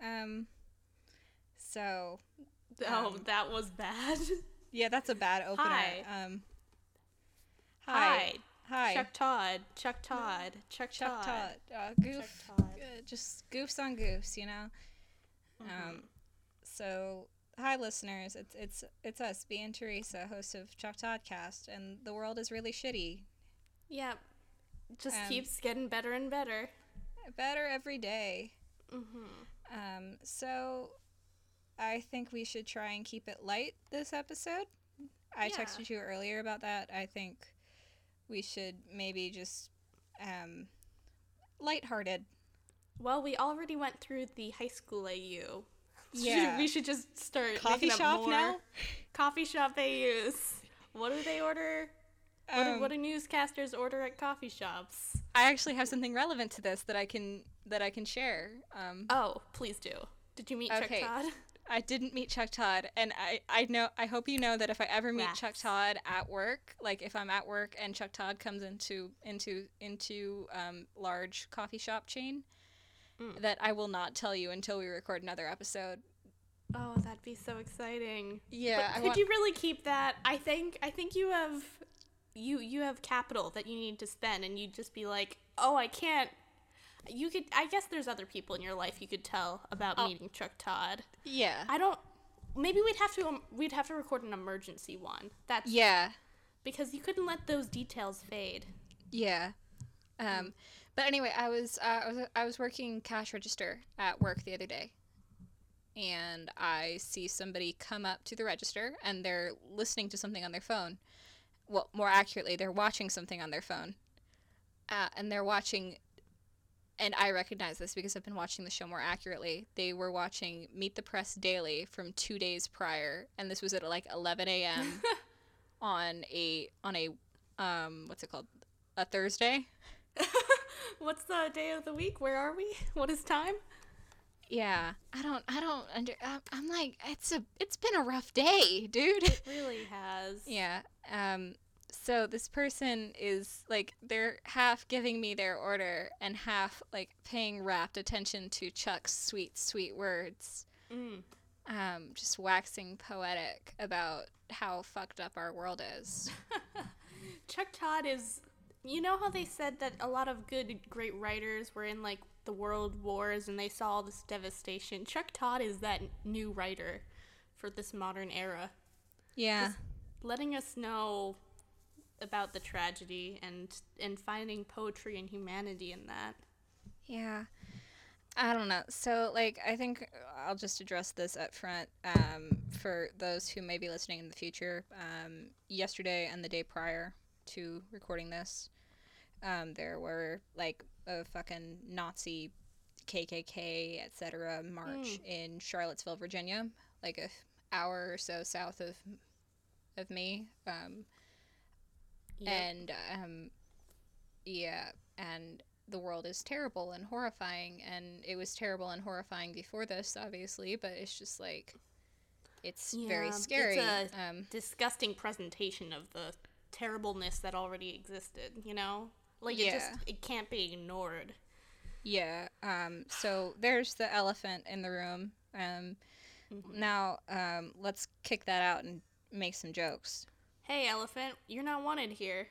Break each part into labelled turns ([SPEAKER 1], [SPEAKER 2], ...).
[SPEAKER 1] Um, So
[SPEAKER 2] Oh,
[SPEAKER 1] Um,
[SPEAKER 2] that was bad.
[SPEAKER 1] yeah, that's a bad opener.
[SPEAKER 2] Hi.
[SPEAKER 1] Um,
[SPEAKER 2] Hi.
[SPEAKER 1] hi. Hi.
[SPEAKER 2] Chuck Todd. Chuck Todd. Chuck,
[SPEAKER 1] Chuck
[SPEAKER 2] Todd.
[SPEAKER 1] Todd. Uh, goof.
[SPEAKER 2] Todd.
[SPEAKER 1] Uh, just goofs on goofs, you know.
[SPEAKER 2] Mm-hmm.
[SPEAKER 1] Um, so hi listeners, it's it's it's us, B and Teresa, host of Chuck Toddcast, and the world is really shitty.
[SPEAKER 2] Yeah. Just
[SPEAKER 1] Um,
[SPEAKER 2] keeps getting better and better.
[SPEAKER 1] Better every day.
[SPEAKER 2] Mm-hmm.
[SPEAKER 1] Um, so I think we should try and keep it light this episode. I
[SPEAKER 2] Yeah.
[SPEAKER 1] texted you earlier about that. I think we should maybe just um lighthearted.
[SPEAKER 2] Well, we already went through the high school AU.
[SPEAKER 1] Yeah.
[SPEAKER 2] we should just start
[SPEAKER 1] Coffee
[SPEAKER 2] making up
[SPEAKER 1] shop
[SPEAKER 2] more.
[SPEAKER 1] now?
[SPEAKER 2] Coffee shop AUs. What do they order? What, do,
[SPEAKER 1] Um,
[SPEAKER 2] what do newscasters order at coffee shops?
[SPEAKER 1] I actually have something relevant to this that I can that I can share. Um,
[SPEAKER 2] Oh, please do. Did you meet
[SPEAKER 1] Okay.
[SPEAKER 2] Chuck Todd?
[SPEAKER 1] I didn't meet Chuck Todd, and I, I know I hope you know that if I ever meet Chuck
[SPEAKER 2] Rats.
[SPEAKER 1] Todd at work, like if I'm at work and Chuck Todd comes into into into um, large coffee shop chain,
[SPEAKER 2] Mm.
[SPEAKER 1] that I will not tell you until we record another episode.
[SPEAKER 2] Oh, that'd be so exciting.
[SPEAKER 1] Yeah,
[SPEAKER 2] but
[SPEAKER 1] I
[SPEAKER 2] could
[SPEAKER 1] want,
[SPEAKER 2] you really keep that? I think I think you have you you have capital that you need to spend, and you'd just be like, oh, I can't. You could. I guess there's other people in your life you could tell about
[SPEAKER 1] Oh.
[SPEAKER 2] meeting Chuck Todd.
[SPEAKER 1] yeah,
[SPEAKER 2] I don't. Maybe we'd have to um, we'd have to record an emergency one. That's
[SPEAKER 1] yeah,
[SPEAKER 2] because you couldn't let those details fade.
[SPEAKER 1] yeah. Um, but anyway, I was, uh, I was I was working cash register at work the other day, and I see somebody come up to the register and they're listening to something on their phone. Well, more accurately, they're watching something on their phone. Uh, and they're watching, and I recognize this because I've been watching the show more accurately. They were watching Meet the Press Daily from two days prior, and this was at like 11 a.m. on a on a um what's it called a Thursday.
[SPEAKER 2] What's the day of the week? Where are we? What is time?
[SPEAKER 1] Yeah, I don't, I don't under. I'm, I'm like, it's a, it's been a rough day, dude.
[SPEAKER 2] Really has.
[SPEAKER 1] yeah. Um. So this person is like, they're half giving me their order and half like paying rapt attention to Chuck's sweet, sweet words.
[SPEAKER 2] Mm.
[SPEAKER 1] Um, just waxing poetic about how fucked up our world is.
[SPEAKER 2] Chuck Todd is. You know how they said that a lot of good, great writers were in like the world wars and they saw all this devastation? Chuck Todd is that new writer for this modern era,
[SPEAKER 1] Yeah.
[SPEAKER 2] letting us know about the tragedy and and finding poetry and humanity in that.
[SPEAKER 1] Yeah. I don't know. So, like, I think I'll just address this up front um, for those who may be listening in the future. Um, yesterday and the day prior to recording this, um, there were, like, a fucking Nazi KKK, etc. march in Charlottesville, Virginia, like a f- hour or so south of of me. Um,
[SPEAKER 2] Yep.
[SPEAKER 1] and um yeah and the world is terrible and horrifying and it was terrible and horrifying before this obviously but it's just like it's
[SPEAKER 2] Yeah,
[SPEAKER 1] very
[SPEAKER 2] it's
[SPEAKER 1] scary
[SPEAKER 2] a-
[SPEAKER 1] um
[SPEAKER 2] Disgusting presentation of the terribleness that already existed. You know, like it
[SPEAKER 1] Yeah.
[SPEAKER 2] just it can't be ignored.
[SPEAKER 1] yeah um so there's the elephant in the room um
[SPEAKER 2] Mm-hmm.
[SPEAKER 1] now um let's kick that out and make some jokes
[SPEAKER 2] Hey, elephant, you're not wanted here.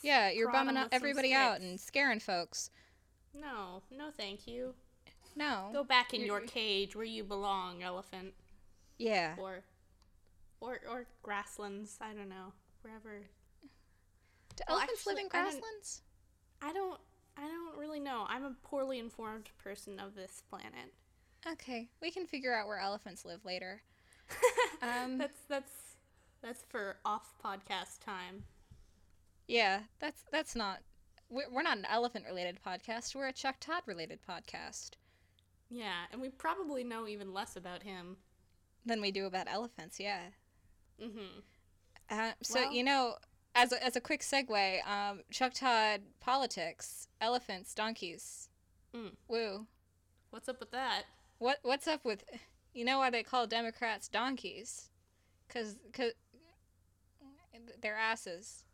[SPEAKER 1] yeah you're
[SPEAKER 2] prod 'em
[SPEAKER 1] bumming
[SPEAKER 2] with
[SPEAKER 1] out
[SPEAKER 2] some
[SPEAKER 1] everybody out
[SPEAKER 2] sticks.
[SPEAKER 1] and scaring folks
[SPEAKER 2] No, no, thank you.
[SPEAKER 1] no
[SPEAKER 2] Go back in your cage where you belong, elephant,
[SPEAKER 1] yeah
[SPEAKER 2] or, or, or grasslands. I don't know, wherever.
[SPEAKER 1] do
[SPEAKER 2] well,
[SPEAKER 1] elephants live
[SPEAKER 2] actually,
[SPEAKER 1] in
[SPEAKER 2] I didn't-
[SPEAKER 1] grasslands
[SPEAKER 2] I don't, I don't really know. I'm a poorly informed person of this planet.
[SPEAKER 1] okay we can figure out where elephants live later um
[SPEAKER 2] That's that's that's for off podcast time.
[SPEAKER 1] Yeah, that's that's not. We're we're not an elephant related podcast. We're a Chuck Todd related podcast
[SPEAKER 2] Yeah, and we probably know even less about him.
[SPEAKER 1] than we do about elephants. Yeah.
[SPEAKER 2] Mm-hmm.
[SPEAKER 1] Uh, so
[SPEAKER 2] Well-
[SPEAKER 1] you know, as a, as a quick segue, um, Chuck Todd politics, elephants, donkeys.
[SPEAKER 2] Mm.
[SPEAKER 1] Woo.
[SPEAKER 2] What's up with that?
[SPEAKER 1] What what's up with? You know why they call Democrats donkeys? Cause, 'cause- their asses.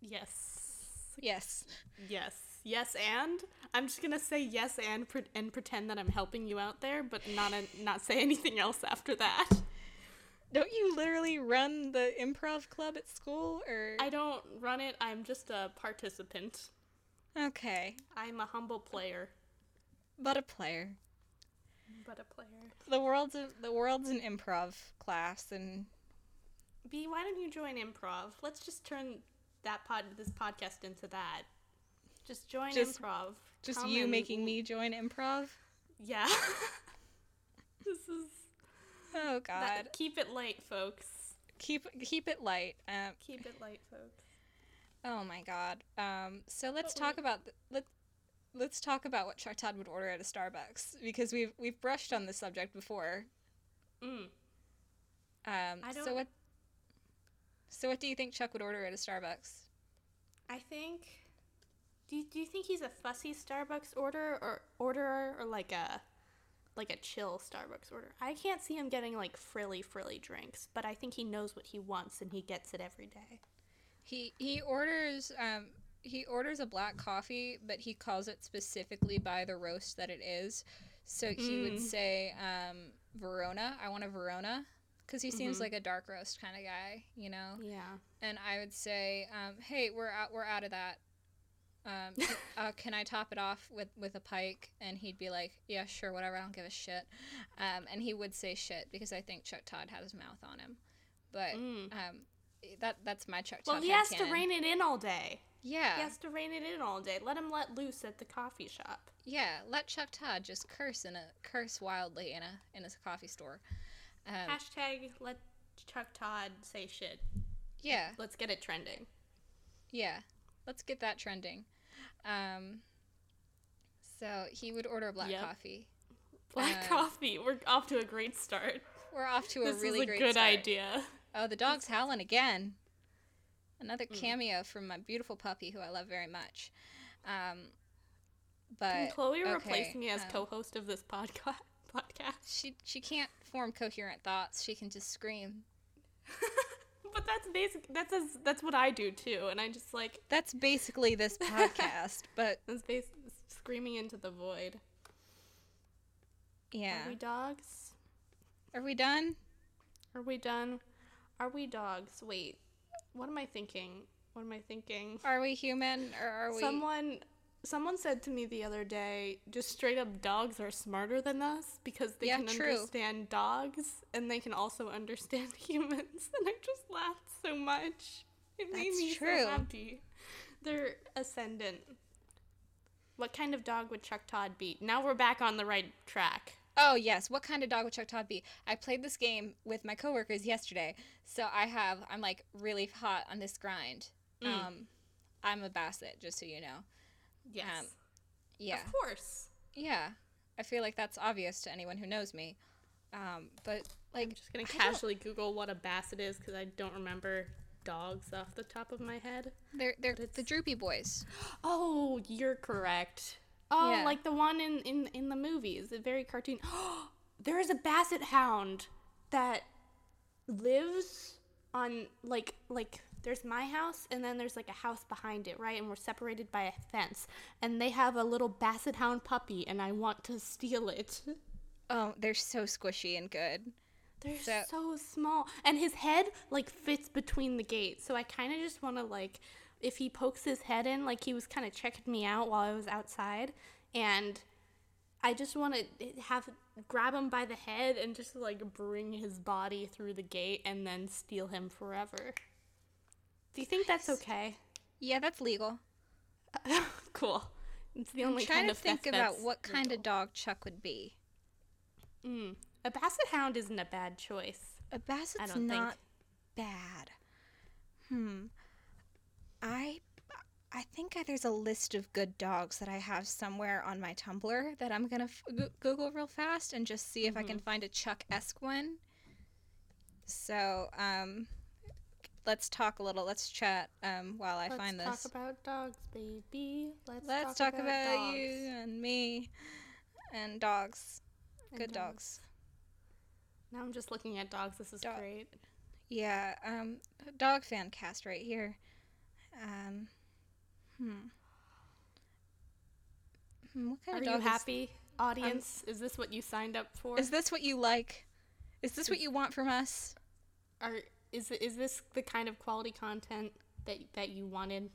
[SPEAKER 2] Yes.
[SPEAKER 1] Yes.
[SPEAKER 2] Yes. Yes, and I'm just gonna say yes and pre- and pretend that I'm helping you out there, but not a, not say anything else after that.
[SPEAKER 1] Don't you literally run the improv club at school or
[SPEAKER 2] I don't run it. I'm just a participant.
[SPEAKER 1] Okay.
[SPEAKER 2] I'm a humble player,
[SPEAKER 1] But a player.
[SPEAKER 2] but a player.
[SPEAKER 1] The world's a, the world's an improv class and
[SPEAKER 2] B, why don't you join improv? Let's just turn that pod this podcast into that. Just join
[SPEAKER 1] Just-
[SPEAKER 2] improv.
[SPEAKER 1] just
[SPEAKER 2] Come
[SPEAKER 1] you
[SPEAKER 2] and-
[SPEAKER 1] making me join improv?
[SPEAKER 2] Yeah. this is
[SPEAKER 1] Oh god.
[SPEAKER 2] that, keep it light, folks.
[SPEAKER 1] Keep keep it light. Um,
[SPEAKER 2] Keep it light, folks.
[SPEAKER 1] oh my god. Um so let's
[SPEAKER 2] But
[SPEAKER 1] talk about th- let let's talk about what Chuck Todd would order at a Starbucks because we've we've brushed on this subject before.
[SPEAKER 2] Mm.
[SPEAKER 1] Um
[SPEAKER 2] I
[SPEAKER 1] so
[SPEAKER 2] don't-
[SPEAKER 1] what So what do you think Chuck would order at a Starbucks?
[SPEAKER 2] I think. Do you, do you think he's a fussy Starbucks order or orderer or like a like a chill Starbucks order? I can't see him getting like frilly frilly drinks, but I think he knows what he wants and he gets it every day.
[SPEAKER 1] He he orders um he orders a black coffee, but he calls it specifically by the roast that it is. So he would
[SPEAKER 2] Mm.
[SPEAKER 1] say um Verona. I want a Verona because he seems like a dark roast kind of guy, you know.
[SPEAKER 2] Yeah.
[SPEAKER 1] And I would say, um, hey, we're out we're out of that. Um, c- uh, can I top it off with with a pike? And he'd be like, yeah, sure, whatever. I don't give a shit. Um, and he would say shit because I think Chuck Todd had his mouth on him, but.
[SPEAKER 2] Mm.
[SPEAKER 1] Um, that that's my Chuck
[SPEAKER 2] Well,
[SPEAKER 1] Todd
[SPEAKER 2] he has
[SPEAKER 1] headcanon.
[SPEAKER 2] to rein it in all day.
[SPEAKER 1] Yeah.
[SPEAKER 2] He has to rein it in all day. Let him let loose at the coffee shop.
[SPEAKER 1] Yeah. Let Chuck Todd just curse in a curse wildly in a in a coffee store. Um,
[SPEAKER 2] Hashtag let Chuck Todd say shit.
[SPEAKER 1] yeah.
[SPEAKER 2] Let's get it trending.
[SPEAKER 1] Yeah. Let's get that trending. Um, so he would order black
[SPEAKER 2] Yep.
[SPEAKER 1] coffee.
[SPEAKER 2] Black
[SPEAKER 1] Um,
[SPEAKER 2] coffee. We're off to a great start.
[SPEAKER 1] We're off to
[SPEAKER 2] This
[SPEAKER 1] a really
[SPEAKER 2] is a
[SPEAKER 1] great
[SPEAKER 2] good
[SPEAKER 1] start.
[SPEAKER 2] idea.
[SPEAKER 1] Oh, the dog's howling again. Another
[SPEAKER 2] Mm.
[SPEAKER 1] cameo from my beautiful puppy who I love very much. Um,
[SPEAKER 2] And
[SPEAKER 1] but
[SPEAKER 2] Chloe
[SPEAKER 1] okay,
[SPEAKER 2] replaced me as
[SPEAKER 1] um,
[SPEAKER 2] co-host of this podcast. Podcast,
[SPEAKER 1] she she can't form coherent thoughts. She can just scream.
[SPEAKER 2] but that's basic. That's as, that's what I do too, and I just like
[SPEAKER 1] That's basically this podcast, but
[SPEAKER 2] that's bas- screaming into the void.
[SPEAKER 1] yeah.
[SPEAKER 2] Are we dogs?
[SPEAKER 1] Are we done?
[SPEAKER 2] Are we done? Are we dogs? Wait, what am I thinking? What am I thinking?
[SPEAKER 1] Are we human or are we?
[SPEAKER 2] Someone someone said to me the other day, just straight up dogs are smarter than us because they
[SPEAKER 1] Yeah,
[SPEAKER 2] can
[SPEAKER 1] true.
[SPEAKER 2] understand dogs and they can also understand humans. And I just laughed so much. It made
[SPEAKER 1] That's
[SPEAKER 2] me
[SPEAKER 1] true.
[SPEAKER 2] so happy. They're ascendant. What kind of dog would Chuck Todd be? Now we're back on the right track.
[SPEAKER 1] oh yes. What kind of dog would Chuck Todd be? I played this game with my coworkers yesterday, so I have. I'm like really hot on this grind.
[SPEAKER 2] Mm.
[SPEAKER 1] Um, I'm a basset, just so you know.
[SPEAKER 2] Yes.
[SPEAKER 1] Um, Yeah,
[SPEAKER 2] Of course.
[SPEAKER 1] yeah. I feel like that's obvious to anyone who knows me. Um, but like,
[SPEAKER 2] Just gonna
[SPEAKER 1] I don't-
[SPEAKER 2] casually Google what a basset is because I don't remember dogs off the top of my head.
[SPEAKER 1] they're they're the droopy boys.
[SPEAKER 2] Oh, you're correct. Oh,
[SPEAKER 1] Yeah.
[SPEAKER 2] like the one in, in in the movies, the very cartoon. there is a basset hound that lives on like like there's my house and then there's like a house behind it, right? And we're separated by a fence. And they have a little basset hound puppy and I want to steal it.
[SPEAKER 1] Oh, they're so squishy and good.
[SPEAKER 2] They're
[SPEAKER 1] So-
[SPEAKER 2] so, small. And his head like fits between the gates. So I kind of just want to like if he pokes his head in like he was kind of checking me out while I was outside and I just want to have grab him by the head and just like bring his body through the gate and then steal him forever. Do you think that's okay?
[SPEAKER 1] Yeah, that's legal.
[SPEAKER 2] cool. It's the only
[SPEAKER 1] I'm trying
[SPEAKER 2] kind
[SPEAKER 1] to
[SPEAKER 2] of
[SPEAKER 1] think
[SPEAKER 2] theft
[SPEAKER 1] about
[SPEAKER 2] that's
[SPEAKER 1] what kind
[SPEAKER 2] legal.
[SPEAKER 1] of dog Chuck would be.
[SPEAKER 2] Mm. A basset hound isn't a bad choice.
[SPEAKER 1] A basset's
[SPEAKER 2] I don't
[SPEAKER 1] not
[SPEAKER 2] think.
[SPEAKER 1] bad. Hmm. I I think I, there's a list of good dogs that I have somewhere on my Tumblr that I'm gonna f- goo- Google real fast and just see if I can find a Chuck esque one. So um, let's talk a little. Let's chat um, while I
[SPEAKER 2] Let's
[SPEAKER 1] find
[SPEAKER 2] talk
[SPEAKER 1] this.
[SPEAKER 2] about dogs, baby. Let's,
[SPEAKER 1] let's talk, about, you and me and dogs.
[SPEAKER 2] And
[SPEAKER 1] good
[SPEAKER 2] dogs.
[SPEAKER 1] dogs.
[SPEAKER 2] Now I'm just looking at dogs. This is
[SPEAKER 1] Dog-
[SPEAKER 2] great.
[SPEAKER 1] Yeah, um, dog fan cast right here. Um, hmm. Hmm, What
[SPEAKER 2] Are
[SPEAKER 1] kind of
[SPEAKER 2] you
[SPEAKER 1] dog is
[SPEAKER 2] happy, audience? is this what you signed up for?
[SPEAKER 1] Is this what you like? Is this what you want from us?
[SPEAKER 2] Are is is this the kind of quality content that that you wanted?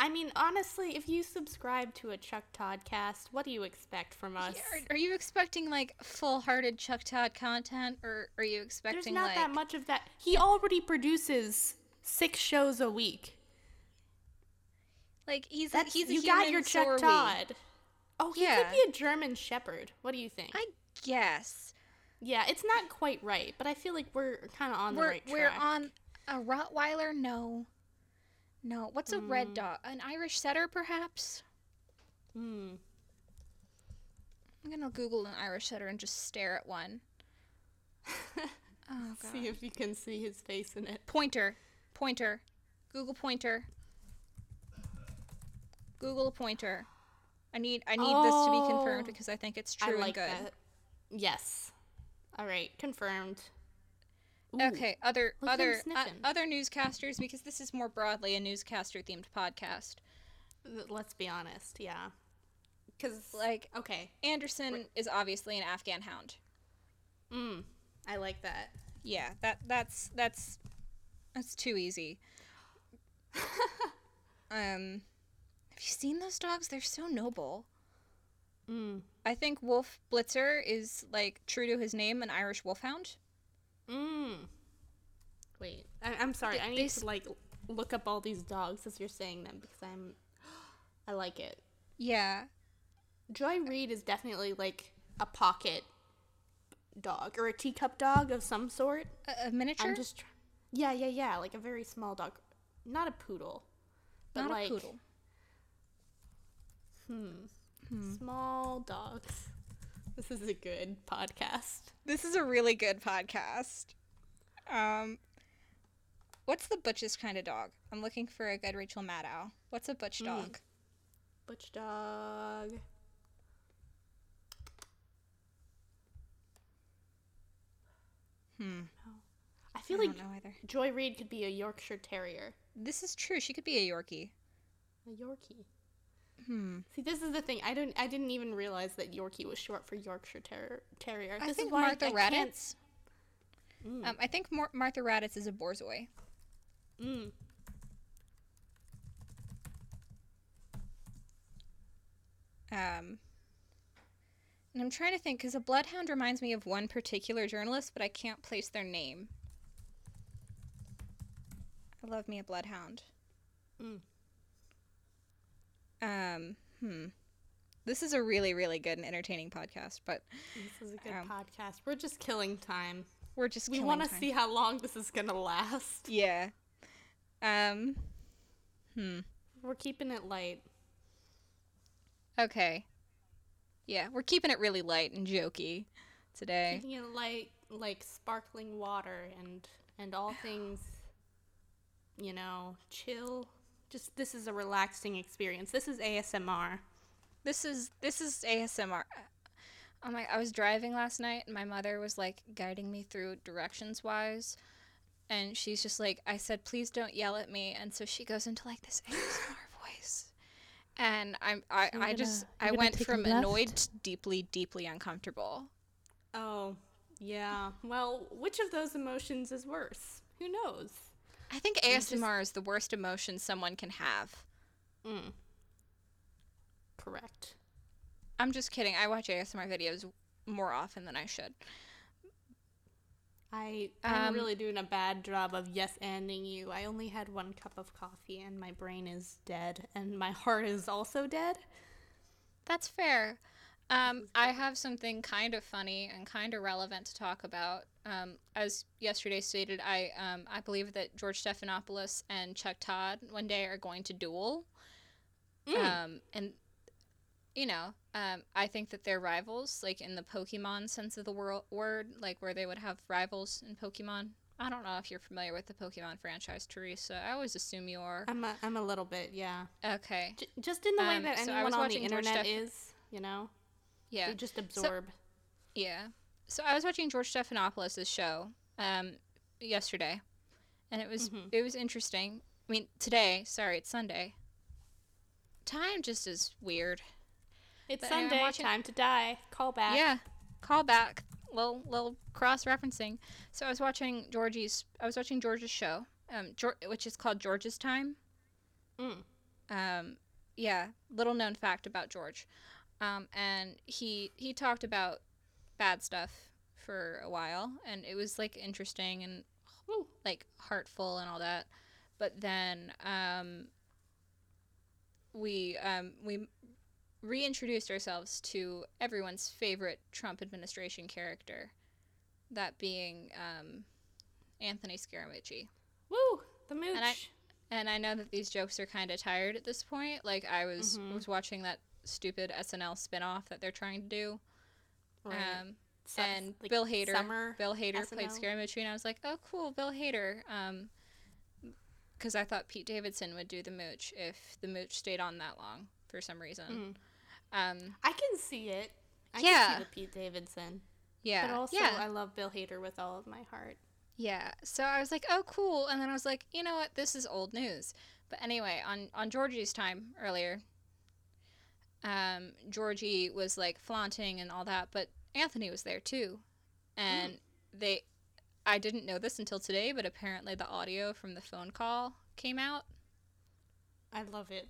[SPEAKER 2] I mean, honestly, if you subscribe to a Chuck Todd cast, what do you expect from us?
[SPEAKER 1] Are, are you expecting like full-hearted Chuck Todd content, or are you
[SPEAKER 2] There's
[SPEAKER 1] expecting
[SPEAKER 2] not
[SPEAKER 1] like
[SPEAKER 2] that much of that. He already produces six shows a week.
[SPEAKER 1] like he's
[SPEAKER 2] That's
[SPEAKER 1] he's a
[SPEAKER 2] you
[SPEAKER 1] human,
[SPEAKER 2] got your
[SPEAKER 1] so
[SPEAKER 2] Chuck
[SPEAKER 1] are we.
[SPEAKER 2] Todd. Oh, he
[SPEAKER 1] Yeah.
[SPEAKER 2] could be a German Shepherd. What do you think?
[SPEAKER 1] I guess
[SPEAKER 2] yeah, it's not quite right, but I feel like we're kind of on
[SPEAKER 1] we're
[SPEAKER 2] the right track.
[SPEAKER 1] we're on a Rottweiler. No, no. What's a red dog? An Irish Setter, perhaps.
[SPEAKER 2] Mm.
[SPEAKER 1] I'm gonna Google an Irish Setter and just stare at one. oh god.
[SPEAKER 2] See if you can see his face in it.
[SPEAKER 1] Pointer, pointer, Google pointer, Google pointer. I need I need this to be confirmed
[SPEAKER 2] Oh.
[SPEAKER 1] because I think it's true
[SPEAKER 2] I like
[SPEAKER 1] and good.
[SPEAKER 2] that. Yes. All right, confirmed. Ooh,
[SPEAKER 1] Okay, other
[SPEAKER 2] Look at him
[SPEAKER 1] other uh,
[SPEAKER 2] sniffing.
[SPEAKER 1] other newscasters because this is more broadly a newscaster themed podcast.
[SPEAKER 2] th- Let's be honest, yeah. Cuz
[SPEAKER 1] Like
[SPEAKER 2] okay.
[SPEAKER 1] Anderson is obviously an Afghan hound.
[SPEAKER 2] Mm. I like that.
[SPEAKER 1] Yeah, that that's that's that's too easy. um have you seen those dogs? They're so noble.
[SPEAKER 2] Mm.
[SPEAKER 1] I think Wolf Blitzer is like true to his name, an Irish wolfhound.
[SPEAKER 2] Mm. Wait. I- I'm sorry. I need
[SPEAKER 1] they s-
[SPEAKER 2] to like look up all these dogs as you're saying them because I'm I like it.
[SPEAKER 1] Yeah,
[SPEAKER 2] Joy Reid is definitely like a pocket dog or a teacup dog of some sort.
[SPEAKER 1] a, a miniature,
[SPEAKER 2] I'm just tr- Yeah, yeah, yeah, like a very small dog. Not a poodle. But
[SPEAKER 1] not
[SPEAKER 2] like
[SPEAKER 1] a poodle. Hmm.
[SPEAKER 2] Small dogs. This is a good podcast.
[SPEAKER 1] This is a really good podcast. Um, what's the butchest kind of dog? I'm looking for a good Rachel Maddow. What's a
[SPEAKER 2] Hmm.
[SPEAKER 1] butch dog?
[SPEAKER 2] Butch dog.
[SPEAKER 1] Hmm.
[SPEAKER 2] I feel
[SPEAKER 1] I
[SPEAKER 2] like
[SPEAKER 1] don't know either.
[SPEAKER 2] Joy Reid could be a Yorkshire Terrier.
[SPEAKER 1] This is true. She could be a Yorkie.
[SPEAKER 2] A Yorkie.
[SPEAKER 1] Hmm.
[SPEAKER 2] See, this is the thing. I don't. I didn't even realize that Yorkie was short for Yorkshire Ter- Terrier.
[SPEAKER 1] I
[SPEAKER 2] This
[SPEAKER 1] think
[SPEAKER 2] is why
[SPEAKER 1] Martha
[SPEAKER 2] I can't-
[SPEAKER 1] Raddatz. Um, I think Mar- Martha Raddatz is a Borzoi.
[SPEAKER 2] Mm.
[SPEAKER 1] Um, and I'm trying to think because a bloodhound reminds me of one particular journalist, but I can't place their name. I love me a bloodhound.
[SPEAKER 2] Mm.
[SPEAKER 1] Um, hmm. This is a really, really good and entertaining podcast, but
[SPEAKER 2] This is a good
[SPEAKER 1] Um,
[SPEAKER 2] podcast. We're just killing time.
[SPEAKER 1] we're just
[SPEAKER 2] We want to see how long this is gonna last.
[SPEAKER 1] Yeah. Um. Hmm.
[SPEAKER 2] We're keeping it light.
[SPEAKER 1] Okay. Yeah, we're keeping it really light and jokey today.
[SPEAKER 2] Keeping it light, like sparkling water and and all things, you know, chill. Just this is a relaxing experience. This is ASMR.
[SPEAKER 1] This is this is ASMR. Oh my! I was driving last night, and my mother was like guiding me through directions wise, and she's just like, "I said, please don't yell at me," and so she goes into like this ASMR voice, and I'm I, I
[SPEAKER 2] gonna-
[SPEAKER 1] just
[SPEAKER 2] you're
[SPEAKER 1] I
[SPEAKER 2] gonna
[SPEAKER 1] went
[SPEAKER 2] take a
[SPEAKER 1] from
[SPEAKER 2] left?
[SPEAKER 1] annoyed to deeply deeply uncomfortable.
[SPEAKER 2] Oh, yeah. Well, which of those emotions is worse? Who knows?
[SPEAKER 1] I think ASMR is the worst emotion someone can have.
[SPEAKER 2] Mm. Correct.
[SPEAKER 1] I'm just kidding. I watch ASMR videos more often than I should.
[SPEAKER 2] I I'm
[SPEAKER 1] Um,
[SPEAKER 2] really doing a bad job of yes anding you. I only had one cup of coffee and my brain is dead and my heart is also dead.
[SPEAKER 1] That's fair. Um, I have something kind of funny and kind of relevant to talk about. Um, as yesterday stated, I um, I believe that George Stephanopoulos and Chuck Todd one day are going to duel. Um, and you know, um, I think that they're rivals, like in the Pokemon sense of the wor- word, like where they would have rivals in Pokemon. I don't know if you're familiar with the Pokemon franchise, Teresa. I always assume you are.
[SPEAKER 2] I'm a, I'm a little bit, yeah.
[SPEAKER 1] Okay.
[SPEAKER 2] J- just in the way
[SPEAKER 1] Um,
[SPEAKER 2] that
[SPEAKER 1] so I
[SPEAKER 2] anyone
[SPEAKER 1] was
[SPEAKER 2] on the
[SPEAKER 1] watching George
[SPEAKER 2] internet
[SPEAKER 1] Steph-
[SPEAKER 2] is, you know,
[SPEAKER 1] Yeah.
[SPEAKER 2] they just absorb.
[SPEAKER 1] Yeah. So I was watching George Stephanopoulos' show um, yesterday, and it was it was interesting. I mean, today, sorry, it's Sunday. Time just is weird.
[SPEAKER 2] It's
[SPEAKER 1] But anyway, I'm
[SPEAKER 2] Sunday.
[SPEAKER 1] watching-
[SPEAKER 2] Time to die. Call back.
[SPEAKER 1] Yeah, call back. Little little cross referencing. So I was watching Georgie's. I was watching George's show, um, Geor which is called George's Time.
[SPEAKER 2] Mm.
[SPEAKER 1] Um, yeah, little known fact about George, um, and he he talked about bad stuff for a while, and it was like interesting and
[SPEAKER 2] Ooh.
[SPEAKER 1] like heartful and all that. But then um, we um, we reintroduced ourselves to everyone's favorite Trump administration character, that being um, Anthony Scaramucci.
[SPEAKER 2] Woo. The mooch.
[SPEAKER 1] I- And I know that these jokes are kind of tired at this point. Like I was
[SPEAKER 2] Mhm.
[SPEAKER 1] was watching that stupid SNL spinoff that they're trying to do. Um,
[SPEAKER 2] Su-
[SPEAKER 1] and
[SPEAKER 2] like,
[SPEAKER 1] Bill Hader.
[SPEAKER 2] Summer.
[SPEAKER 1] Bill Hader played
[SPEAKER 2] SNL.
[SPEAKER 1] Scaramucci, and I was like, "Oh, cool, Bill Hader." Um, because I thought Pete Davidson would do the mooch if the mooch stayed on that long for some reason. Um,
[SPEAKER 2] Mm. I can see it. I
[SPEAKER 1] Yeah.
[SPEAKER 2] can see the Pete Davidson.
[SPEAKER 1] yeah,
[SPEAKER 2] But also, uh,
[SPEAKER 1] yeah,
[SPEAKER 2] I love Bill Hader with all of my heart.
[SPEAKER 1] yeah. So I was like, "Oh, cool," and then I was like, "You know what? This is old news." But anyway, on on Georgie's time earlier, um, Georgie was like flaunting and all that, but Anthony was there too, and
[SPEAKER 2] Mm.
[SPEAKER 1] they. I didn't know this until today, but apparently the audio from the phone call came out,
[SPEAKER 2] I love it.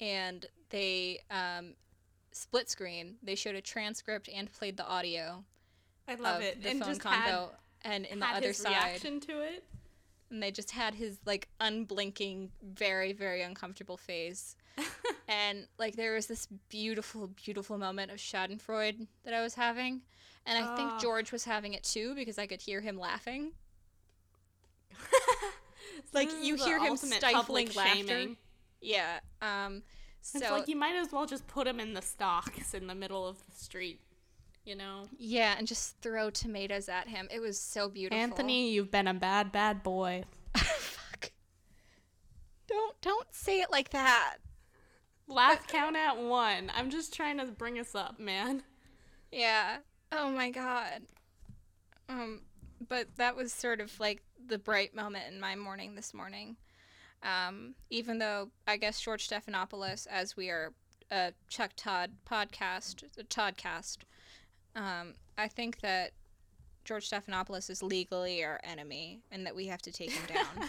[SPEAKER 1] and they um, split screen. They showed a transcript and played the audio
[SPEAKER 2] I love
[SPEAKER 1] of
[SPEAKER 2] it.
[SPEAKER 1] the
[SPEAKER 2] and
[SPEAKER 1] phone
[SPEAKER 2] just
[SPEAKER 1] convo, and
[SPEAKER 2] had,
[SPEAKER 1] in the
[SPEAKER 2] had
[SPEAKER 1] other
[SPEAKER 2] his
[SPEAKER 1] side,
[SPEAKER 2] reaction to it.
[SPEAKER 1] and they just had his like unblinking, very very uncomfortable face. and like there was this beautiful, beautiful moment of Schadenfreude that I was having, and I think
[SPEAKER 2] Oh.
[SPEAKER 1] George was having it too because I could hear him laughing. Like,
[SPEAKER 2] This
[SPEAKER 1] you
[SPEAKER 2] is the
[SPEAKER 1] hear him
[SPEAKER 2] ultimate
[SPEAKER 1] stifling
[SPEAKER 2] public
[SPEAKER 1] laughter. Yeah. Um. So
[SPEAKER 2] It's like you might as well just put him in the stocks in the middle of the street. You know,
[SPEAKER 1] yeah, and just throw tomatoes at him. It was so beautiful.
[SPEAKER 2] Anthony, you've been a bad, bad boy.
[SPEAKER 1] Fuck. Don't don't say it like that.
[SPEAKER 2] Laugh count at one. I'm just trying to bring us up, man.
[SPEAKER 1] Yeah. Oh my god. Um but that was sort of like the bright moment in my morning this morning. Um even though I guess George Stephanopoulos as we are a Chuck Todd podcast, a Toddcast. Um I think that George Stephanopoulos is legally our enemy and that we have to take him down.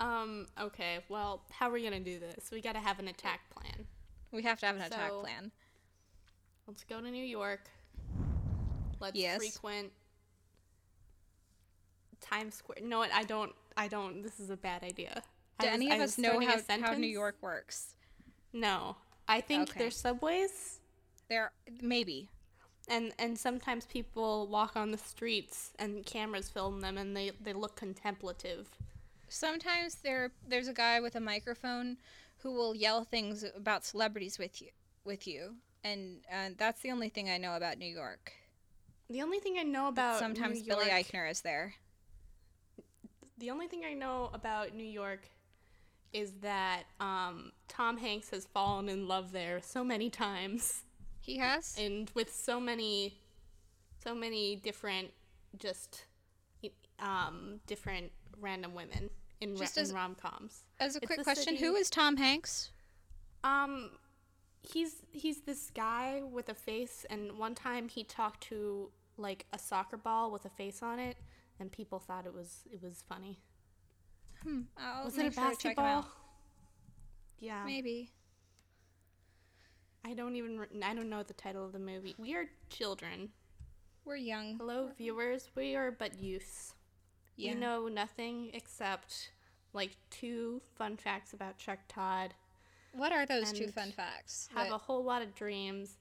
[SPEAKER 2] Um. Okay. Well, how are we gonna do this? We gotta have an attack plan.
[SPEAKER 1] we have to have an attack
[SPEAKER 2] So-
[SPEAKER 1] plan.
[SPEAKER 2] Let's go to New York. Let's
[SPEAKER 1] Yes.
[SPEAKER 2] frequent Times Square. No, I don't. I don't. This is a bad idea. I
[SPEAKER 1] Do
[SPEAKER 2] was-
[SPEAKER 1] any
[SPEAKER 2] I
[SPEAKER 1] of
[SPEAKER 2] was
[SPEAKER 1] us know
[SPEAKER 2] starting a
[SPEAKER 1] how, how New
[SPEAKER 2] sentence.
[SPEAKER 1] York works?
[SPEAKER 2] No, I think
[SPEAKER 1] Okay.
[SPEAKER 2] there's subways,
[SPEAKER 1] There maybe.
[SPEAKER 2] and and sometimes people walk on the streets, and cameras film them, and they they look contemplative.
[SPEAKER 1] sometimes there there's a guy with a microphone who will yell things about celebrities with you with you and uh, that's the only thing i know about new york
[SPEAKER 2] The only thing I know about
[SPEAKER 1] sometimes
[SPEAKER 2] Oh, New
[SPEAKER 1] billy
[SPEAKER 2] York-
[SPEAKER 1] eichner is there
[SPEAKER 2] The only thing I know about New York is that um, Tom Hanks has fallen in love there so many times.
[SPEAKER 1] he has
[SPEAKER 2] and with so many so many different just um different random women in, ra-
[SPEAKER 1] Just
[SPEAKER 2] in
[SPEAKER 1] as-
[SPEAKER 2] rom-coms
[SPEAKER 1] as a
[SPEAKER 2] it's
[SPEAKER 1] quick
[SPEAKER 2] the
[SPEAKER 1] question who
[SPEAKER 2] city-
[SPEAKER 1] is tom hanks
[SPEAKER 2] um he's he's this guy with a face and one time he talked to like a soccer ball with a face on it and people thought it was it was funny
[SPEAKER 1] I'll
[SPEAKER 2] was it a
[SPEAKER 1] Oh, make sure to check him
[SPEAKER 2] basketball
[SPEAKER 1] out.
[SPEAKER 2] yeah
[SPEAKER 1] maybe
[SPEAKER 2] i don't even re- i don't know the title of the movie we are children
[SPEAKER 1] we're young
[SPEAKER 2] hello viewers we are but youths
[SPEAKER 1] yeah
[SPEAKER 2] You know nothing except like two fun facts about Chuck Todd.
[SPEAKER 1] what are those two
[SPEAKER 2] and
[SPEAKER 1] fun facts
[SPEAKER 2] Have
[SPEAKER 1] that-
[SPEAKER 2] a whole lot of dreams.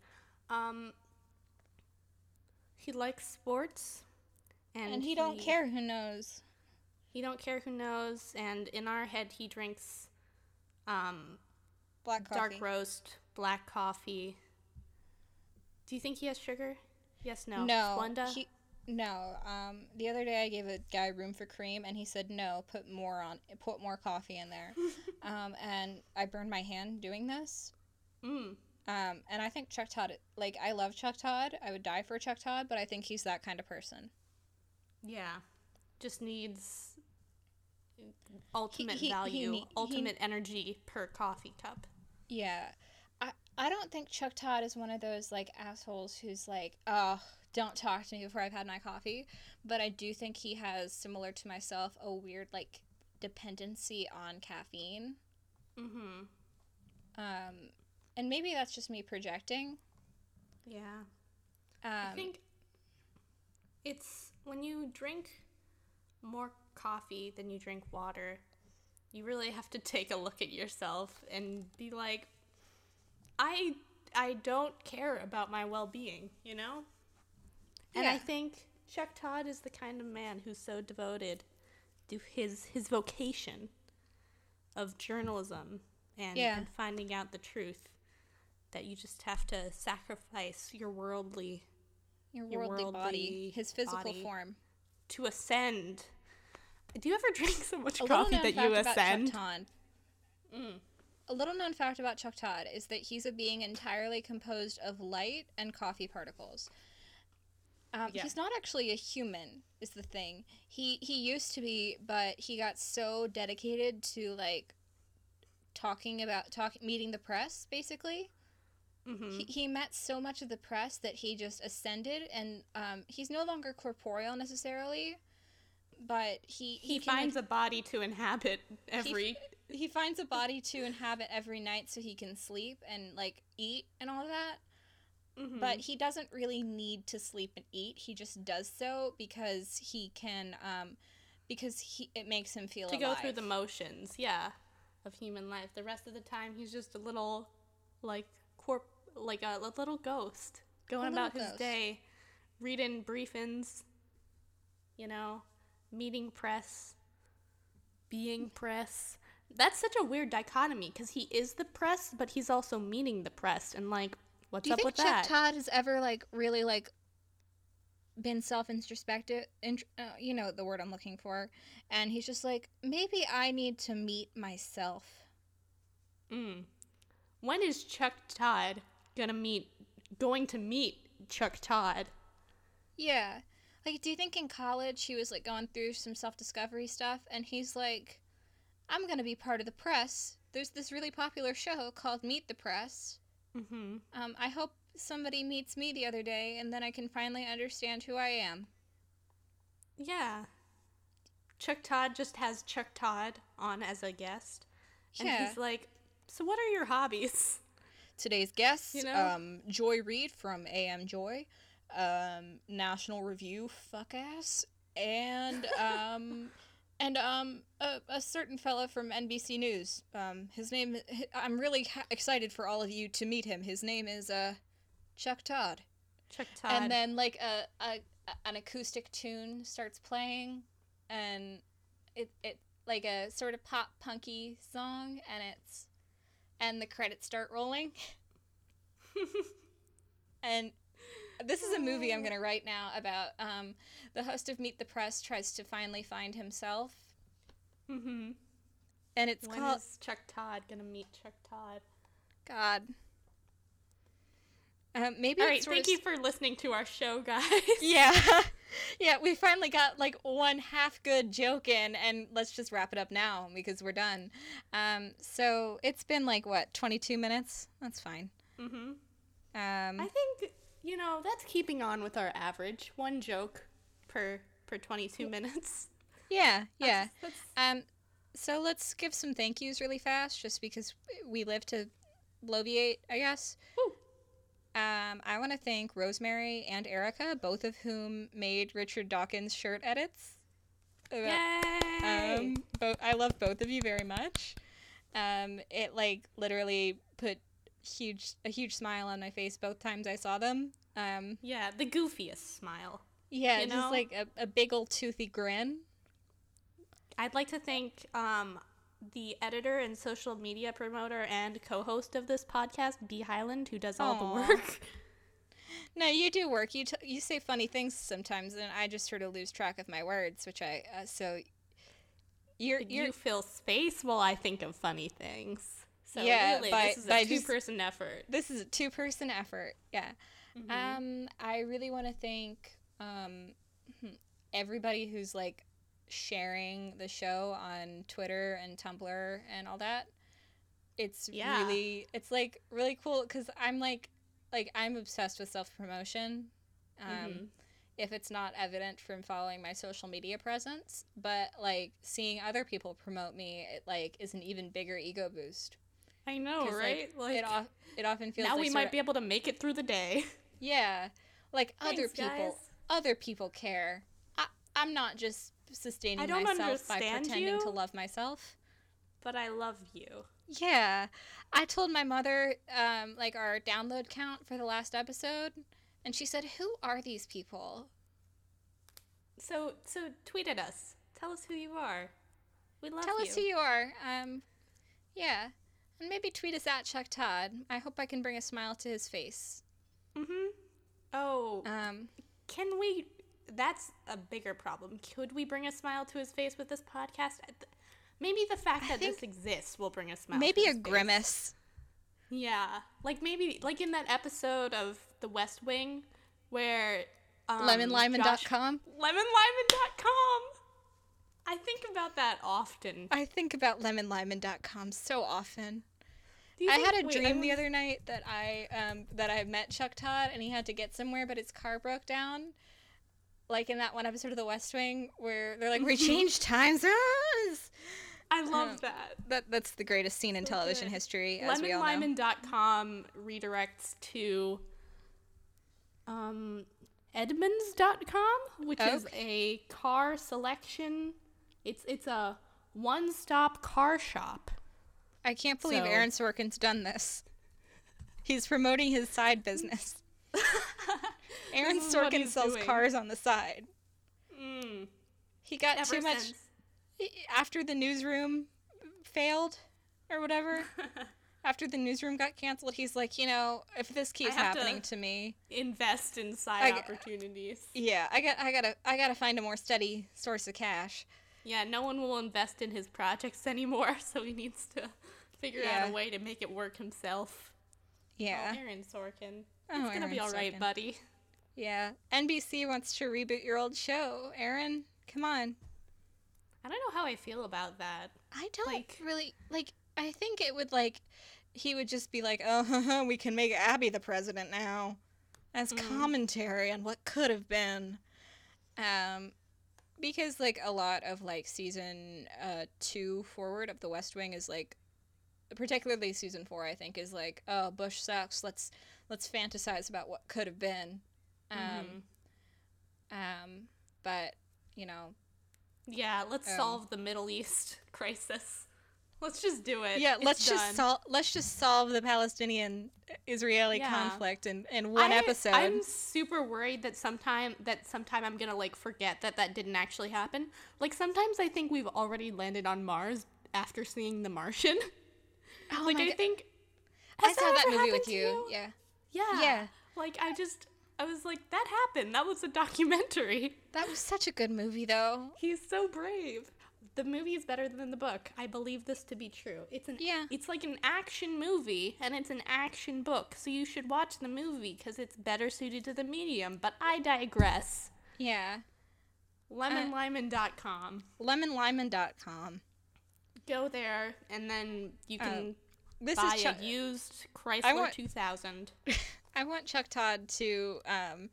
[SPEAKER 2] Um, he likes sports, and,
[SPEAKER 1] and he don't care who knows
[SPEAKER 2] He don't care who knows. And in our head, he drinks um,
[SPEAKER 1] black coffee
[SPEAKER 2] dark roast, black coffee. Do you think he has sugar? Yes, no.
[SPEAKER 1] No.
[SPEAKER 2] Splenda.
[SPEAKER 1] He, no. Um, the other day I gave a guy room for cream, and he said no. Put more on. Put more coffee in there. um, and I burned my hand doing this.
[SPEAKER 2] mm.
[SPEAKER 1] Um, and I think Chuck Todd. Like I love Chuck Todd. I would die for Chuck Todd, but I think he's that kind of person.
[SPEAKER 2] Yeah. Just needs ultimate
[SPEAKER 1] he- he
[SPEAKER 2] value,
[SPEAKER 1] nee- he-
[SPEAKER 2] ultimate energy per coffee cup.
[SPEAKER 1] Yeah. I, I don't think Chuck Todd is one of those like assholes who's like, oh, don't talk to me before I've had my coffee. But I do think he has, similar to myself, a weird like dependency on caffeine.
[SPEAKER 2] Mm-hmm.
[SPEAKER 1] Um, and maybe that's just me projecting.
[SPEAKER 2] Yeah.
[SPEAKER 1] Um,
[SPEAKER 2] I think it's when you drink more coffee than you drink water, you really have to take a look at yourself and be like, I I don't care about my well being, you know? And I
[SPEAKER 1] Yeah.
[SPEAKER 2] think Chuck Todd is the kind of man who's so devoted to his his vocation of journalism and,
[SPEAKER 1] Yeah.
[SPEAKER 2] and finding out the truth that you just have to sacrifice your worldly
[SPEAKER 1] your
[SPEAKER 2] your
[SPEAKER 1] worldly,
[SPEAKER 2] worldly
[SPEAKER 1] body, his physical
[SPEAKER 2] body.
[SPEAKER 1] form.
[SPEAKER 2] to ascend. Do you ever drink so much
[SPEAKER 1] A
[SPEAKER 2] coffee
[SPEAKER 1] little known
[SPEAKER 2] that you
[SPEAKER 1] fact about
[SPEAKER 2] ascend?
[SPEAKER 1] Chuck Todd.
[SPEAKER 2] Mm.
[SPEAKER 1] A little known fact about Chuck Todd is that he's a being entirely composed of light and coffee particles. Um,
[SPEAKER 2] Yeah.
[SPEAKER 1] He's not actually a human, is the thing. He he used to be, but he got so dedicated to like talking about talk meeting the press basically
[SPEAKER 2] hmm
[SPEAKER 1] he, he met so much of the press that he just ascended and um, he's no longer corporeal necessarily but he
[SPEAKER 2] He,
[SPEAKER 1] can, like,
[SPEAKER 2] finds a body to inhabit every.
[SPEAKER 1] he finds a body to inhabit every night so he can sleep and like eat and all that
[SPEAKER 2] Mhm.
[SPEAKER 1] but he doesn't really need to sleep and eat he just does so because he can um because he it makes him feel
[SPEAKER 2] to go through
[SPEAKER 1] alive.
[SPEAKER 2] the motions, yeah, of human life. The rest of the time, he's just a little, like corp, like a, li- little ghost going
[SPEAKER 1] little
[SPEAKER 2] about his
[SPEAKER 1] ghost.
[SPEAKER 2] day, reading briefings, you know, meeting press, being press. That's such a weird dichotomy because he is the press, but he's also meeting the press, and like, what's
[SPEAKER 1] do you
[SPEAKER 2] up
[SPEAKER 1] think
[SPEAKER 2] with
[SPEAKER 1] chuck
[SPEAKER 2] that?
[SPEAKER 1] todd has ever like really like been self-introspective int- uh, you know the word i'm looking for and he's just like maybe i need to meet myself
[SPEAKER 2] Mm. When is Chuck Todd gonna meet? Going to meet Chuck Todd?
[SPEAKER 1] Yeah. Like, do you think in college he was like going through some self discovery stuff and he's like, I'm going to be part of the press. There's this really popular show called Meet the Press.
[SPEAKER 2] Mm-hmm.
[SPEAKER 1] Um, I hope somebody meets me the other day and then I can finally understand who I am.
[SPEAKER 2] Yeah. Chuck Todd just has Chuck Todd on as a guest. And
[SPEAKER 1] Yeah.
[SPEAKER 2] he's like, So what are your hobbies?
[SPEAKER 1] Today's guests
[SPEAKER 2] You know?
[SPEAKER 1] um, Joy Reid from AM Joy, um, National Review fuck ass, and um, and um, a, a certain fella from NBC News. Um, his name. hi- I'm really ha- excited for all of you to meet him. His name is uh, Chuck Todd.
[SPEAKER 2] Chuck Todd.
[SPEAKER 1] And then like a, a an acoustic tune starts playing, and it it like a sort of pop punky song, and it's and the credits start rolling. and this is a movie
[SPEAKER 2] Oh.
[SPEAKER 1] I'm gonna write now about um, the host of Meet the Press tries to finally find himself,
[SPEAKER 2] mm-hmm.
[SPEAKER 1] and it's
[SPEAKER 2] When
[SPEAKER 1] called
[SPEAKER 2] is Chuck Todd gonna meet Chuck Todd?
[SPEAKER 1] God. Um, maybe
[SPEAKER 2] All
[SPEAKER 1] it's
[SPEAKER 2] right,
[SPEAKER 1] sort
[SPEAKER 2] thank
[SPEAKER 1] of
[SPEAKER 2] you for listening to our show, guys.
[SPEAKER 1] Yeah. yeah, we finally got like one half good joke in, and let's just wrap it up now because we're done. Um, so it's been like, what, 22 minutes? That's fine.
[SPEAKER 2] Mm-hmm. I
[SPEAKER 1] Um,
[SPEAKER 2] think you know that's keeping on with our average one joke per per twenty two minutes.
[SPEAKER 1] yeah, yeah.
[SPEAKER 2] That's,
[SPEAKER 1] Um, so let's give some thank yous really fast just because we live to bloviate, I guess.
[SPEAKER 2] Woo.
[SPEAKER 1] Um, I want to thank Rosemary and Erica, both of whom made Richard Dawkins shirt edits. about
[SPEAKER 2] yay!
[SPEAKER 1] Um, bo- I love both of you very much. Um, it like literally put huge a huge smile on my face both times I saw them. Um,
[SPEAKER 2] yeah, the goofiest smile.
[SPEAKER 1] yeah,
[SPEAKER 2] You know?
[SPEAKER 1] just like a, a big old toothy grin.
[SPEAKER 2] I'd like to thank um, the editor and social media promoter and co-host of this podcast, B Highland, who does all
[SPEAKER 1] Aw.
[SPEAKER 2] the work.
[SPEAKER 1] No, you do work. You t- you say funny things sometimes, and I just sort of lose track of my words, which I uh, so. You're you're
[SPEAKER 2] you fill space while I think of funny things. So
[SPEAKER 1] Yeah,
[SPEAKER 2] really,
[SPEAKER 1] by-
[SPEAKER 2] this is
[SPEAKER 1] by
[SPEAKER 2] a
[SPEAKER 1] just-
[SPEAKER 2] two-person effort. Uh,
[SPEAKER 1] this is a two person effort. Yeah.
[SPEAKER 2] Mm-hmm.
[SPEAKER 1] Um, I really want to thank um, everybody who's like sharing the show on Twitter and Tumblr and all that. it's
[SPEAKER 2] Yeah.
[SPEAKER 1] really it's like really cool because i'm like like i'm obsessed with self-promotion um
[SPEAKER 2] Mhm.
[SPEAKER 1] if it's not evident from following my social media presence but like seeing other people promote me it like is an even bigger ego boost
[SPEAKER 2] I know,
[SPEAKER 1] 'Cause, like,
[SPEAKER 2] right? Like,
[SPEAKER 1] it, of it often feels
[SPEAKER 2] now
[SPEAKER 1] like
[SPEAKER 2] we
[SPEAKER 1] sort
[SPEAKER 2] might
[SPEAKER 1] of-
[SPEAKER 2] be able to make it through the day.
[SPEAKER 1] yeah like other
[SPEAKER 2] Thanks,
[SPEAKER 1] people
[SPEAKER 2] guys.
[SPEAKER 1] other people care I, i'm not just sustaining
[SPEAKER 2] I don't
[SPEAKER 1] myself by
[SPEAKER 2] understand
[SPEAKER 1] pretending to
[SPEAKER 2] you.
[SPEAKER 1] love myself
[SPEAKER 2] But I love you.
[SPEAKER 1] Yeah. I told my mother, um, like, our download count for the last episode, and she said, Who are these people?
[SPEAKER 2] So, so tweet at us. Tell us who you are. We love
[SPEAKER 1] Tell
[SPEAKER 2] you.
[SPEAKER 1] us who you are. Um, yeah. And maybe tweet us at Chuck Todd. I hope I can bring a smile to his face.
[SPEAKER 2] Mm-hmm. Oh,
[SPEAKER 1] Um,
[SPEAKER 2] can we? That's a bigger problem. Could we bring a smile to his face with this podcast? I th- Maybe the fact that this exists will bring a smile.
[SPEAKER 1] maybe
[SPEAKER 2] to
[SPEAKER 1] a
[SPEAKER 2] his face.
[SPEAKER 1] grimace.
[SPEAKER 2] Yeah, like maybe like in that episode of The West Wing where um, Josh-
[SPEAKER 1] LemonLimon.com.
[SPEAKER 2] LemonLimon.com. I think about that often.
[SPEAKER 1] I think about LemonLimon.com so often.
[SPEAKER 2] Do you
[SPEAKER 1] I
[SPEAKER 2] think-
[SPEAKER 1] had a
[SPEAKER 2] wait, I
[SPEAKER 1] dream the
[SPEAKER 2] was-
[SPEAKER 1] other night that I um, that I met Chuck Todd and he had to get somewhere, but his car broke down. Like in that one episode of The West Wing, where they're like, "We
[SPEAKER 2] Mm-hmm.
[SPEAKER 1] changed time zones."
[SPEAKER 2] I
[SPEAKER 1] um,
[SPEAKER 2] love that.
[SPEAKER 1] That that's the greatest scene in television
[SPEAKER 2] good.
[SPEAKER 1] history, as we all know.
[SPEAKER 2] LemonLimon.com redirects to um, Edmunds.com, which is a car selection. It's it's a one-stop car shop.
[SPEAKER 1] I can't believe
[SPEAKER 2] So-
[SPEAKER 1] Aaron Sorkin's done this. He's promoting his side business. Aaron
[SPEAKER 2] This is what
[SPEAKER 1] Sorkin
[SPEAKER 2] he's
[SPEAKER 1] sells
[SPEAKER 2] doing.
[SPEAKER 1] cars on the side.
[SPEAKER 2] Mm,
[SPEAKER 1] He got
[SPEAKER 2] ever
[SPEAKER 1] too much
[SPEAKER 2] since.
[SPEAKER 1] after the newsroom failed or whatever. after the newsroom got canceled, he's like, you know, if this keeps
[SPEAKER 2] have to-
[SPEAKER 1] happening to, me,
[SPEAKER 2] invest in side
[SPEAKER 1] I-
[SPEAKER 2] opportunities.
[SPEAKER 1] yeah, I got, I gotta, I gotta find a more steady source of cash.
[SPEAKER 2] Yeah, no one will invest in his projects anymore, so he needs to figure out
[SPEAKER 1] Yeah.
[SPEAKER 2] a way to make it work himself.
[SPEAKER 1] Yeah,
[SPEAKER 2] Oh, Aaron Sorkin.
[SPEAKER 1] Oh,
[SPEAKER 2] it's gonna be
[SPEAKER 1] Aaron
[SPEAKER 2] all right,
[SPEAKER 1] Sorkin.
[SPEAKER 2] buddy.
[SPEAKER 1] yeah. NBC wants to reboot your old show, Aaron. Come on.
[SPEAKER 2] I don't know how I feel about that.
[SPEAKER 1] I don't
[SPEAKER 2] Like-
[SPEAKER 1] really like. I think it would like, he would just be like, oh, we can make Abby the president now, as commentary on what could have been, um, because like a lot of like season uh two forward of The West Wing is like, particularly season four I think is like, oh Bush sucks. Let's let's fantasize about what could have been, um,
[SPEAKER 2] Mm-hmm.
[SPEAKER 1] um, but you know,
[SPEAKER 2] Yeah, let's
[SPEAKER 1] Um,
[SPEAKER 2] solve the Middle East crisis. Let's just do it.
[SPEAKER 1] Yeah,
[SPEAKER 2] It's
[SPEAKER 1] let's just
[SPEAKER 2] done.
[SPEAKER 1] solve let's just solve the Palestinian Israeli
[SPEAKER 2] Yeah.
[SPEAKER 1] conflict in, in one
[SPEAKER 2] I-
[SPEAKER 1] episode.
[SPEAKER 2] I'm super worried that sometime that sometime I'm gonna like forget that that didn't actually happen. Like sometimes I think we've already landed on Mars after seeing The Martian.
[SPEAKER 1] Oh
[SPEAKER 2] like
[SPEAKER 1] my
[SPEAKER 2] I
[SPEAKER 1] God.
[SPEAKER 2] think
[SPEAKER 1] I
[SPEAKER 2] has
[SPEAKER 1] saw that
[SPEAKER 2] ever
[SPEAKER 1] movie
[SPEAKER 2] happened
[SPEAKER 1] with
[SPEAKER 2] to
[SPEAKER 1] you. Yeah.
[SPEAKER 2] Yeah.
[SPEAKER 1] Yeah.
[SPEAKER 2] Like I just I was like that happened. That was a documentary.
[SPEAKER 1] That was such a good movie though.
[SPEAKER 2] He's so brave. The movie is better than the book. I believe this to be true. It's an
[SPEAKER 1] Yeah.
[SPEAKER 2] It's like an action movie and it's an action book, so you should watch the movie because it's better suited to the medium. But I digress.
[SPEAKER 1] Yeah.
[SPEAKER 2] Uh, LemonLimon.com.
[SPEAKER 1] LemonLimon.com.
[SPEAKER 2] Go there and then you can
[SPEAKER 1] This
[SPEAKER 2] buy
[SPEAKER 1] is Chuck
[SPEAKER 2] a used Chrysler
[SPEAKER 1] I want-
[SPEAKER 2] 2000.
[SPEAKER 1] I want Chuck Todd to um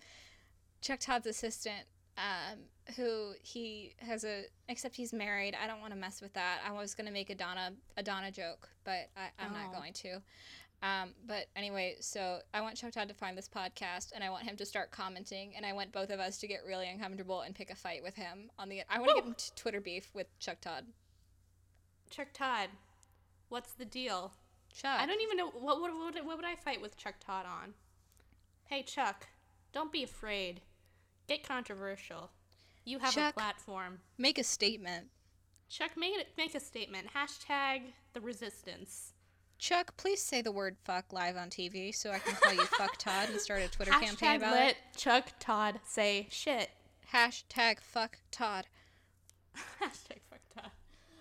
[SPEAKER 1] Chuck Todd's assistant um who he has a except he's married. I don't want to mess with that. I was gonna make a Donna a Donna joke, but I, I'm not
[SPEAKER 2] Oh.
[SPEAKER 1] going to. Um, but anyway, so I want Chuck Todd to find this podcast, and I want him to start commenting, and I want both of us to get really uncomfortable and pick a fight with him on the. I want to get into Twitter beef with Chuck Todd.
[SPEAKER 2] Chuck Todd, what's the deal?
[SPEAKER 1] Chuck,
[SPEAKER 2] I don't even know what what, what what would I fight with Chuck Todd on. Hey Chuck, don't be afraid. Get controversial. You have
[SPEAKER 1] Chuck.
[SPEAKER 2] a platform.
[SPEAKER 1] make a statement.
[SPEAKER 2] Chuck, make it- make a statement. Hashtag the resistance.
[SPEAKER 1] Chuck, please say the word "fuck" live on TV, so I can call you "fuck Todd" and start a Twitter campaign
[SPEAKER 2] Hashtag
[SPEAKER 1] about it.
[SPEAKER 2] let Chuck Todd say shit.
[SPEAKER 1] Hashtag fuck Todd.
[SPEAKER 2] Hashtag fuck Todd.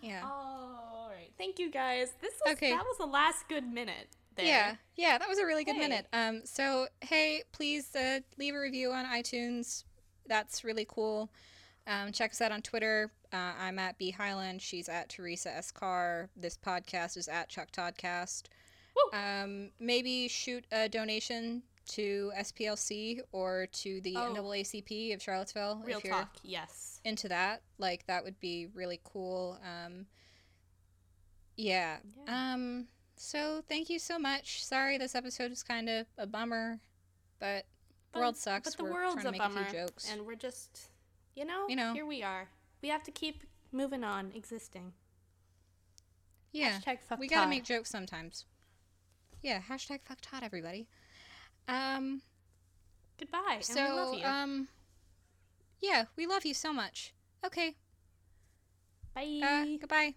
[SPEAKER 1] Yeah.
[SPEAKER 2] Oh, All right. Thank you guys. This was,
[SPEAKER 1] Okay.
[SPEAKER 2] that was the last good minute. There.
[SPEAKER 1] Yeah. Yeah, that was a really good
[SPEAKER 2] Hey.
[SPEAKER 1] minute. Um, so hey, please uh, leave a review on iTunes. That's really cool. Um, check us out on Twitter. Uh, I'm at B Highland. She's at Teresa S Carr. This podcast is at Chuck Toddcast.
[SPEAKER 2] Woo!
[SPEAKER 1] Um, maybe shoot a donation to SPLC or to the
[SPEAKER 2] Oh.
[SPEAKER 1] NAACP of Charlottesville
[SPEAKER 2] Real
[SPEAKER 1] if you're
[SPEAKER 2] talk, yes.
[SPEAKER 1] into that. Like that would be really cool. Um, yeah. Um, so thank you so much. Sorry this episode is kind of a bummer, but
[SPEAKER 2] But-
[SPEAKER 1] world sucks.
[SPEAKER 2] But the
[SPEAKER 1] We're
[SPEAKER 2] world's
[SPEAKER 1] trying to
[SPEAKER 2] a
[SPEAKER 1] make
[SPEAKER 2] bummer,
[SPEAKER 1] a few jokes.
[SPEAKER 2] and we're just, you know,
[SPEAKER 1] You know.
[SPEAKER 2] here we are. We have to keep moving on, existing.
[SPEAKER 1] yeah.
[SPEAKER 2] Hashtag fuck
[SPEAKER 1] we got to
[SPEAKER 2] Todd.
[SPEAKER 1] make jokes sometimes. Yeah, hashtag fuck Todd, everybody. Um,
[SPEAKER 2] Goodbye,
[SPEAKER 1] so,
[SPEAKER 2] and we love you.
[SPEAKER 1] um, yeah, we love you so much. Okay,
[SPEAKER 2] Bye.
[SPEAKER 1] uh, goodbye.